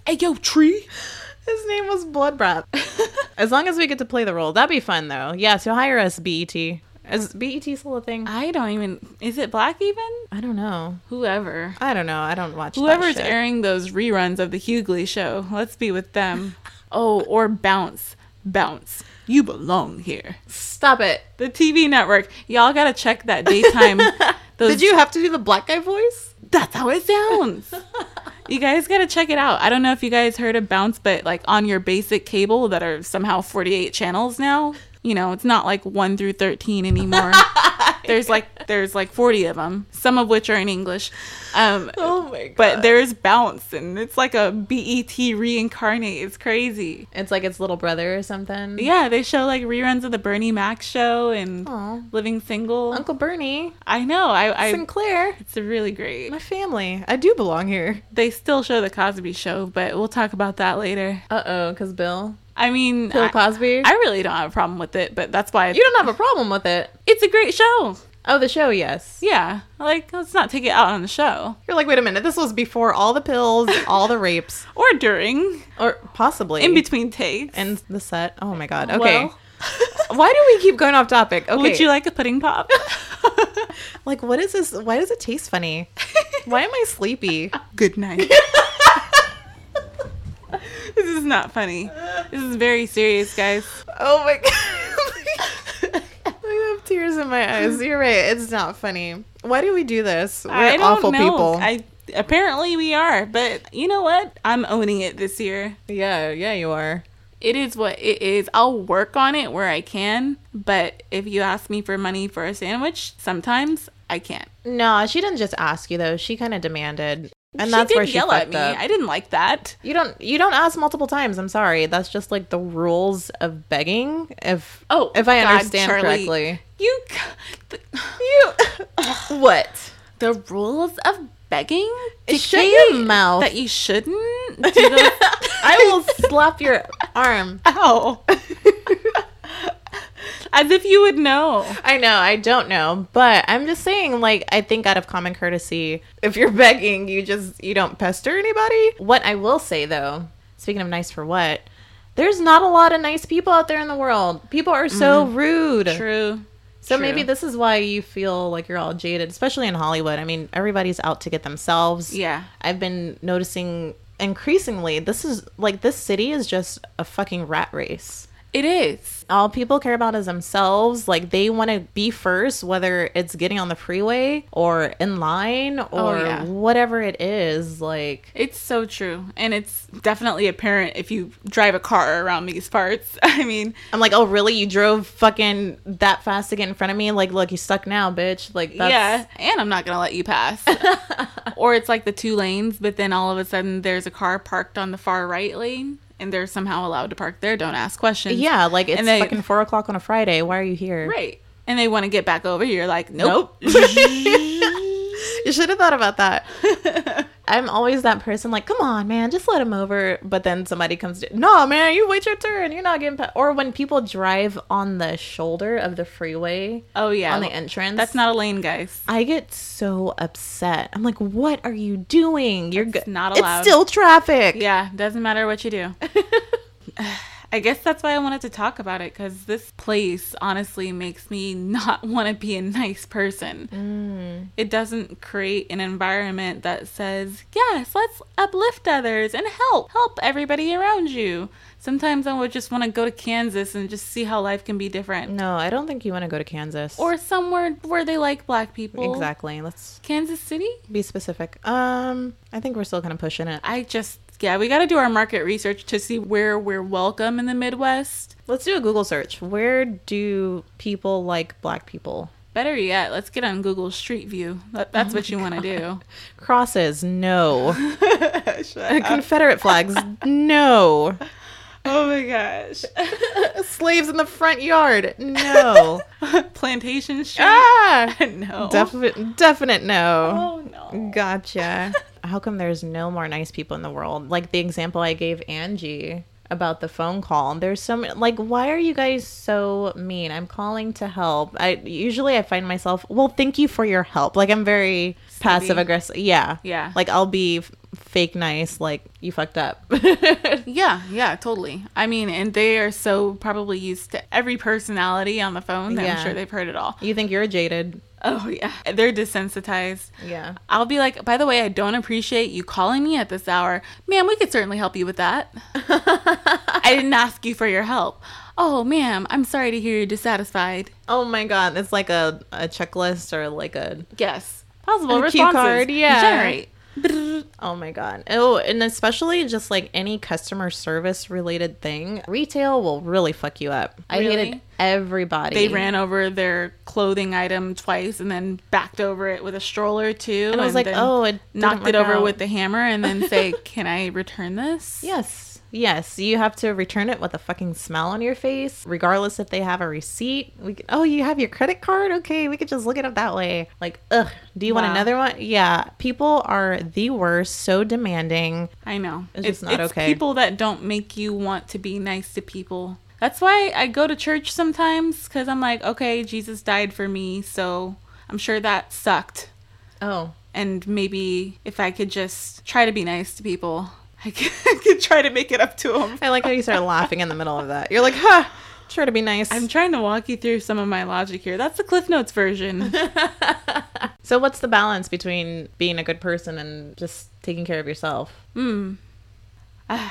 Speaker 2: hey, yo, tree.
Speaker 3: His name was Bloodbath. as long as we get to play the role, that'd be fun though. Yeah, so hire us, BET. Is BET still a thing?
Speaker 2: I don't even. Is it black even?
Speaker 3: I don't know.
Speaker 2: Whoever.
Speaker 3: I don't know. I don't watch. that
Speaker 2: Whoever's
Speaker 3: shit.
Speaker 2: airing those reruns of the Hughley show, let's be with them. oh, or bounce, bounce. You belong here.
Speaker 3: Stop it.
Speaker 2: The TV network. Y'all gotta check that daytime. Those,
Speaker 3: Did you have to do the black guy voice?
Speaker 2: That's how it sounds. you guys gotta check it out. I don't know if you guys heard of bounce, but like on your basic cable that are somehow 48 channels now. You know, it's not like one through 13 anymore. there's like there's like 40 of them, some of which are in English. Um,
Speaker 3: Oh my god.
Speaker 2: but there's bounce and it's like a BET reincarnate. It's crazy.
Speaker 3: it's like its little brother or something.
Speaker 2: Yeah, they show like reruns of the Bernie Mac show and
Speaker 3: Aw.
Speaker 2: Living Single.
Speaker 3: Uncle Bernie,
Speaker 2: I know. I, I
Speaker 3: Sinclair,
Speaker 2: it's really great.
Speaker 3: my family. I do belong here.
Speaker 2: They still show the Cosby show, but we'll talk about that later.
Speaker 3: Uh oh, because Bill,
Speaker 2: I mean,
Speaker 3: Bill
Speaker 2: I,
Speaker 3: Cosby.
Speaker 2: I really don't have a problem with it, but that's why
Speaker 3: you don't have a problem with it.
Speaker 2: it's a great show.
Speaker 3: Oh, the show, yes.
Speaker 2: Yeah, like let's not take it out on the show
Speaker 3: You're like, wait a minute. This was before all the pills, all the rapes,
Speaker 2: or during,
Speaker 3: or possibly
Speaker 2: in between takes.
Speaker 3: and the set. Oh my god. Okay.
Speaker 2: Well,
Speaker 3: Why do we keep going off topic? Okay.
Speaker 2: would you like a pudding pop?
Speaker 3: like? What is this? Why does it taste funny? Why am I sleepy?
Speaker 2: Good night. this is not funny. This is very serious, guys.
Speaker 3: Oh my god. I have tears in my eyes. You're right. It's not funny. Why do we do this? We're
Speaker 2: I don't
Speaker 3: awful
Speaker 2: know.
Speaker 3: people.
Speaker 2: I apparently we are, but you know what? I'm owning it this year.
Speaker 3: yeah, yeah, you are.
Speaker 2: It is what it is. I'll work on it where I can, but if you ask me for money for a sandwich, sometimes I can't.
Speaker 3: No, she didn't just ask you though. She kind of demanded, and
Speaker 2: She
Speaker 3: that's
Speaker 2: did
Speaker 3: where she
Speaker 2: yell at
Speaker 3: fucked
Speaker 2: me.
Speaker 3: up.
Speaker 2: I didn't like that.
Speaker 3: You don't you don't ask multiple times. I'm sorry. That's just like the rules of begging. If
Speaker 2: Oh,
Speaker 3: if I
Speaker 2: God,
Speaker 3: understand
Speaker 2: Charlie.
Speaker 3: correctly,
Speaker 2: You, the, you,
Speaker 3: what?
Speaker 2: the rules of begging.
Speaker 3: Shut
Speaker 2: dictate
Speaker 3: your mouth.
Speaker 2: That you shouldn't do those.
Speaker 3: I will slap your arm. Oh.
Speaker 2: Ow. As if you would know.
Speaker 3: I know. I don't know, but I'm just saying. Like I think out of common courtesy, if you're begging, you just you don't pester anybody. What I will say though, speaking of nice for what. There's not a lot of nice people out there in the world. People are so rude.
Speaker 2: Mm-hmm. True.
Speaker 3: So
Speaker 2: True.
Speaker 3: maybe this is why you feel like you're all jaded, especially in Hollywood. I mean, everybody's out to get themselves.
Speaker 2: Yeah.
Speaker 3: I've been noticing increasingly this is like this city is just a fucking rat race.
Speaker 2: It is.
Speaker 3: All people care about is themselves. Like they want to be first, whether it's getting on the freeway or in line or
Speaker 2: Oh, yeah.
Speaker 3: whatever it is. Like
Speaker 2: It's so true. And it's definitely apparent if you drive a car around these parts. I mean,
Speaker 3: I'm like, oh really? You drove fucking that fast to get in front of me? Like, look, you stuck now, bitch. Like that's
Speaker 2: yeah. And I'm not going to let you pass. or it's like the two lanes, but then all of a sudden there's a car parked on the far right lane and they're somehow allowed to park there. Don't ask questions.
Speaker 3: Yeah, like it's
Speaker 2: And they-
Speaker 3: fucking four o'clock on a Friday. Why are you here?
Speaker 2: Right. And they want to get back over. You're like, nope.
Speaker 3: Nope. you should have thought about that. I'm always that person like, come on, man, just let him over. But then somebody comes, to, no, man, you wait your turn. You're not getting. Pa-. Or when people drive on the shoulder of the freeway
Speaker 2: Oh yeah.
Speaker 3: on the entrance,
Speaker 2: That's not a lane, guys.
Speaker 3: I get so upset. I'm like, what are you doing? You're good.
Speaker 2: It's not
Speaker 3: It's
Speaker 2: allowed.
Speaker 3: still traffic.
Speaker 2: Yeah, doesn't matter what you do. I guess that's why I wanted to talk about it because this place honestly makes me not want to be a nice person. It doesn't create an environment that says, yes, let's uplift others and help, help everybody around you. Sometimes I would just want to go to Kansas and just see how life can be different.
Speaker 3: No, I don't think you want to go to Kansas.
Speaker 2: Or somewhere where they like black people.
Speaker 3: exactly. Let's
Speaker 2: Kansas City?
Speaker 3: be specific. Um, I think we're still kind of pushing it.
Speaker 2: I just, yeah, we got to do our market research to see where we're welcome in the Midwest.
Speaker 3: Let's do a Google search. Where do people like black people?
Speaker 2: Better yet, let's get on Google Street View. That, that's what you want to do.
Speaker 3: Crosses, no. Confederate flags, no.
Speaker 2: Oh my gosh.
Speaker 3: Slaves in the front yard, no.
Speaker 2: Plantation Street?
Speaker 3: ah,
Speaker 2: no.
Speaker 3: definite, definite no.
Speaker 2: Oh no.
Speaker 3: Gotcha. How come there's no more nice people in the world? Like the example I gave Angie about the phone call. There's so many, like, why are you guys so mean? I'm calling to help. I usually I find myself, well, thank you for your help. Like I'm very passive aggressive. Yeah.
Speaker 2: Yeah.
Speaker 3: Like I'll be f- fake nice. Like you fucked up.
Speaker 2: Yeah, yeah, totally. I mean, and they are so probably used to every personality on the phone that
Speaker 3: Yeah.
Speaker 2: I'm sure they've heard it all.
Speaker 3: you think you're jaded.
Speaker 2: Oh yeah. They're desensitized.
Speaker 3: Yeah.
Speaker 2: I'll be like, by the way, I don't appreciate you calling me at this hour. Ma'am, we could certainly help you with that. I didn't ask you for your help. Oh, ma'am, I'm sorry to hear you're dissatisfied.
Speaker 3: Oh my God. It's like a, a checklist or like a
Speaker 2: Yes. Possible
Speaker 3: A cue
Speaker 2: responses.
Speaker 3: card, yeah.
Speaker 2: Generate.
Speaker 3: Oh my god. Oh, and especially just like any customer service related thing, retail will really fuck you up. I hated
Speaker 2: Really?
Speaker 3: everybody.
Speaker 2: They ran over their clothing item twice and then backed over it with a stroller too.
Speaker 3: And I was like,
Speaker 2: then
Speaker 3: oh, it didn't
Speaker 2: knocked
Speaker 3: work
Speaker 2: it over
Speaker 3: out.
Speaker 2: with the hammer and then say, "Can I return this?"
Speaker 3: Yes. Yes, you have to return it with a fucking smile on your face, regardless if they have a receipt. We could, oh, you have your credit card? Okay, we could just look it up that way. Like, ugh, do you want
Speaker 2: Wow.
Speaker 3: another one? Yeah, people are the worst, so demanding.
Speaker 2: I know.
Speaker 3: It's just not okay.
Speaker 2: People that don't make you want to be nice to people. That's why I go to church sometimes because I'm like, okay, Jesus died for me, so I'm sure that sucked.
Speaker 3: Oh,
Speaker 2: And maybe if I could just try to be nice to people, I could, I could try to make it up to them.
Speaker 3: I like how you started laughing in the middle of that. You're like, huh, try to be nice.
Speaker 2: I'm trying to walk you through some of my logic here. That's the Cliff Notes version.
Speaker 3: So what's the balance between being a good person and just taking care of yourself? Mm.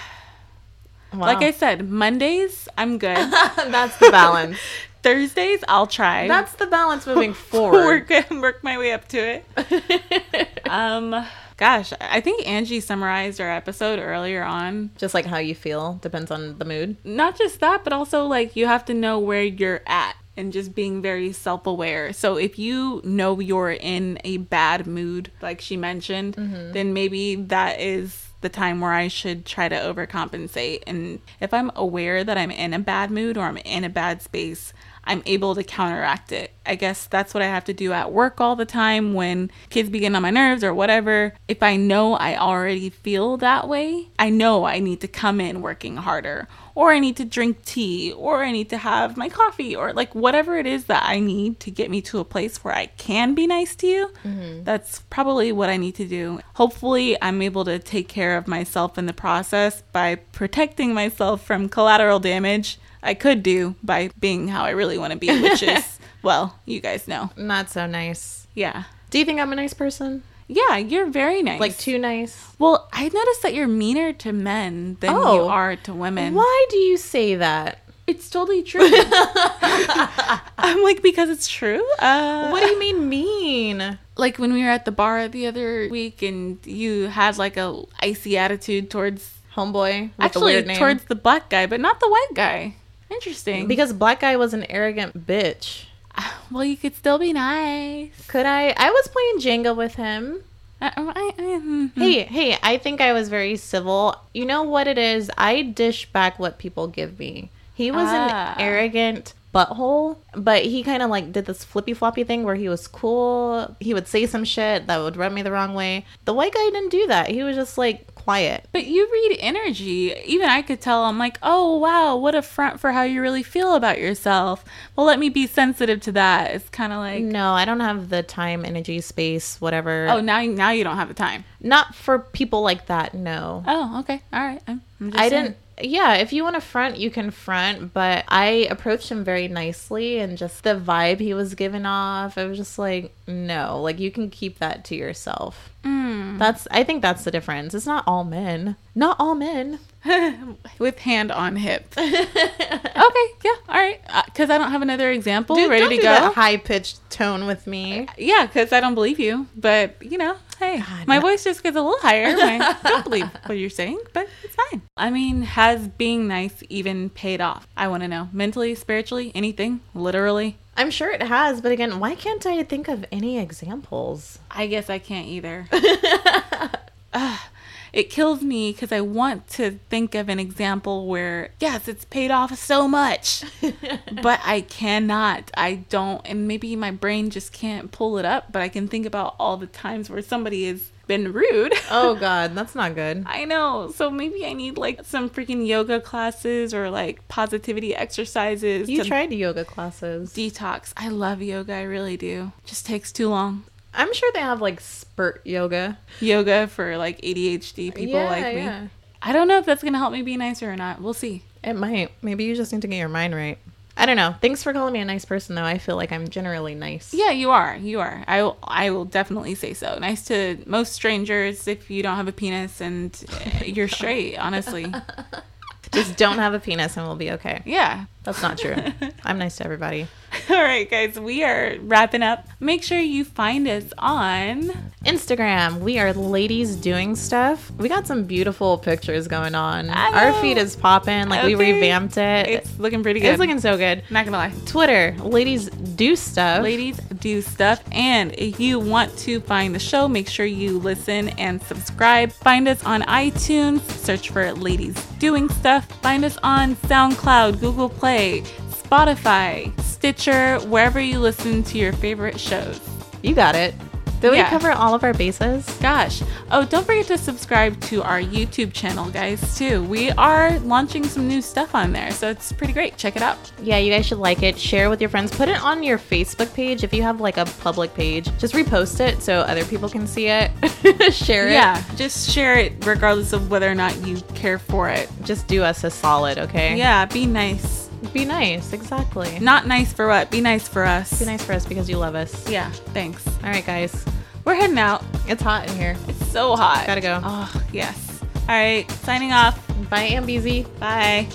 Speaker 2: Like I said, Mondays, I'm good.
Speaker 3: that's the balance.
Speaker 2: Thursdays, I'll try.
Speaker 3: that's the balance moving
Speaker 2: work,
Speaker 3: forward.
Speaker 2: work my way up to it. um, gosh, I think Angie summarized our episode earlier on.
Speaker 3: just like how you feel depends on the mood.
Speaker 2: Not just that, but also like you have to know where you're at and just being very self aware. So if you know you're in a bad mood, like she mentioned, then maybe that is the time where I should try to overcompensate. And if I'm aware that I'm in a bad mood or I'm in a bad space, I'm able to counteract it. I guess that's what I have to do at work all the time when kids begin on my nerves or whatever. If I know I already feel that way, I know I need to come in working harder or I need to drink tea or I need to have my coffee or like whatever it is that I need to get me to a place where I can be nice to you. That's probably what I need to do. Hopefully, I'm able to take care of myself in the process by protecting myself from collateral damage. I could do by being how I really want to be, which is, well, you guys know.
Speaker 3: Not so nice.
Speaker 2: Yeah.
Speaker 3: Do you think I'm a nice person?
Speaker 2: Yeah, you're very nice.
Speaker 3: Like too nice?
Speaker 2: well, I noticed that you're meaner to men than you
Speaker 3: Oh.
Speaker 2: are to women.
Speaker 3: Why do you say that?
Speaker 2: It's totally true. I'm like, because it's true. Uh,
Speaker 3: What do you mean mean?
Speaker 2: like when we were at the bar the other week, and you had like a icy attitude towards
Speaker 3: Homeboy with the
Speaker 2: actually
Speaker 3: weird name.
Speaker 2: towards the black guy, but not the white guy. Interesting. Uh,
Speaker 3: because black guy was an arrogant bitch.
Speaker 2: well, you could still be nice.
Speaker 3: Could I? I was playing Jenga with him.
Speaker 2: Uh, I- I- mm, mm.
Speaker 3: Hey, hey, I think I was very civil. You know what it is? I dish back what people give me. He was
Speaker 2: Ah.
Speaker 3: an arrogant butthole, but he kind of like did this flippy floppy thing where he was cool. He would say some shit that would rub me the wrong way. The white guy didn't do that. He was just like quiet.
Speaker 2: But you read energy. Even I could tell I'm like, oh, wow, what a front for how you really feel about yourself. Well, let me be sensitive to that. It's kind of like,
Speaker 3: No, I don't have the time, energy, space, whatever.
Speaker 2: oh, now, now you don't have the time.
Speaker 3: not for people like that. No.
Speaker 2: Oh, okay. All right. I'm, I'm just
Speaker 3: I
Speaker 2: saying.
Speaker 3: didn't. Yeah, if you want to front, you can front, but I approached him very nicely and just the vibe he was giving off, I was just like, no, like you can keep that to yourself. That's I think that's the difference. It's not all men. Not all men.
Speaker 2: with hand on hip. okay, yeah, all right. Because I don't have another example ready
Speaker 3: Don't
Speaker 2: to
Speaker 3: do
Speaker 2: go.
Speaker 3: that high-pitched tone with me.
Speaker 2: Yeah, because I don't believe you. But you know, hey, my voice just gets a little higher. when I don't believe what you're saying, but it's fine. I mean, has being nice even paid off? I want to know mentally, spiritually, anything, literally.
Speaker 3: I'm sure it has, but again, why can't I think of any examples?
Speaker 2: I guess I can't either. Ugh, it kills me because I want to think of an example where, yes, it's paid off so much, but I cannot. I don't. And maybe my brain just can't pull it up, but I can think about all the times where somebody has been rude.
Speaker 3: Oh god, that's not good.
Speaker 2: I know. So maybe I need like some freaking yoga classes or like positivity exercises
Speaker 3: You
Speaker 2: to
Speaker 3: tried yoga classes.
Speaker 2: detox. I love yoga. I really do. Just takes too long.
Speaker 3: I'm sure they have like spurt yoga.
Speaker 2: yoga for like ADHD people
Speaker 3: Yeah,
Speaker 2: like me.
Speaker 3: yeah.
Speaker 2: I don't know if that's gonna help me be nicer or not. We'll see.
Speaker 3: It might. Maybe you just need to get your mind right. I don't know. Thanks for calling me a nice person, though. I feel like I'm generally nice.
Speaker 2: Yeah, you are. You are. I will, I will definitely say so. Nice to most strangers if you don't have a penis and
Speaker 3: Oh
Speaker 2: uh, you're straight, honestly.
Speaker 3: Just don't have a penis and we'll be okay.
Speaker 2: Yeah.
Speaker 3: That's not true. I'm nice to everybody.
Speaker 2: All right, guys, we are wrapping up. Make sure you find us on.
Speaker 3: Instagram, we are ladies doing stuff. We got some beautiful pictures going on.
Speaker 2: I know.
Speaker 3: Our feed is popping. Like we
Speaker 2: Okay.
Speaker 3: revamped it. It's,
Speaker 2: It's looking pretty good.
Speaker 3: looking so good.
Speaker 2: Not gonna lie.
Speaker 3: Twitter, ladies do stuff.
Speaker 2: Ladies do stuff. And if you want to find the show, make sure you listen and subscribe. Find us on iTunes, search for Ladies Doing Stuff. Find us on SoundCloud, Google Play, Spotify, Stitcher, wherever you listen to your favorite shows.
Speaker 3: You got it. Did
Speaker 2: Yeah.
Speaker 3: we cover all of our bases?
Speaker 2: Gosh. Oh, don't forget to subscribe to our YouTube channel, guys, too. We are launching some new stuff on there, so it's pretty great. Check it out.
Speaker 3: Yeah, you guys should like it. Share with your friends. Put it on your Facebook page. If you have like a public page, just repost it so other people can see it. Share it.
Speaker 2: Yeah, just share it regardless of whether or not you care for it.
Speaker 3: Just do us a solid, okay?
Speaker 2: Yeah, be nice.
Speaker 3: Be nice. Exactly.
Speaker 2: Not nice for what? Be nice for us.
Speaker 3: Be nice for us because you love us.
Speaker 2: Yeah, thanks.
Speaker 3: All right, guys.
Speaker 2: We're heading out.
Speaker 3: It's hot in here.
Speaker 2: It's so hot.
Speaker 3: Gotta go.
Speaker 2: Oh, yes. All right, signing off.
Speaker 3: Bye, Ambiezy.
Speaker 2: Bye.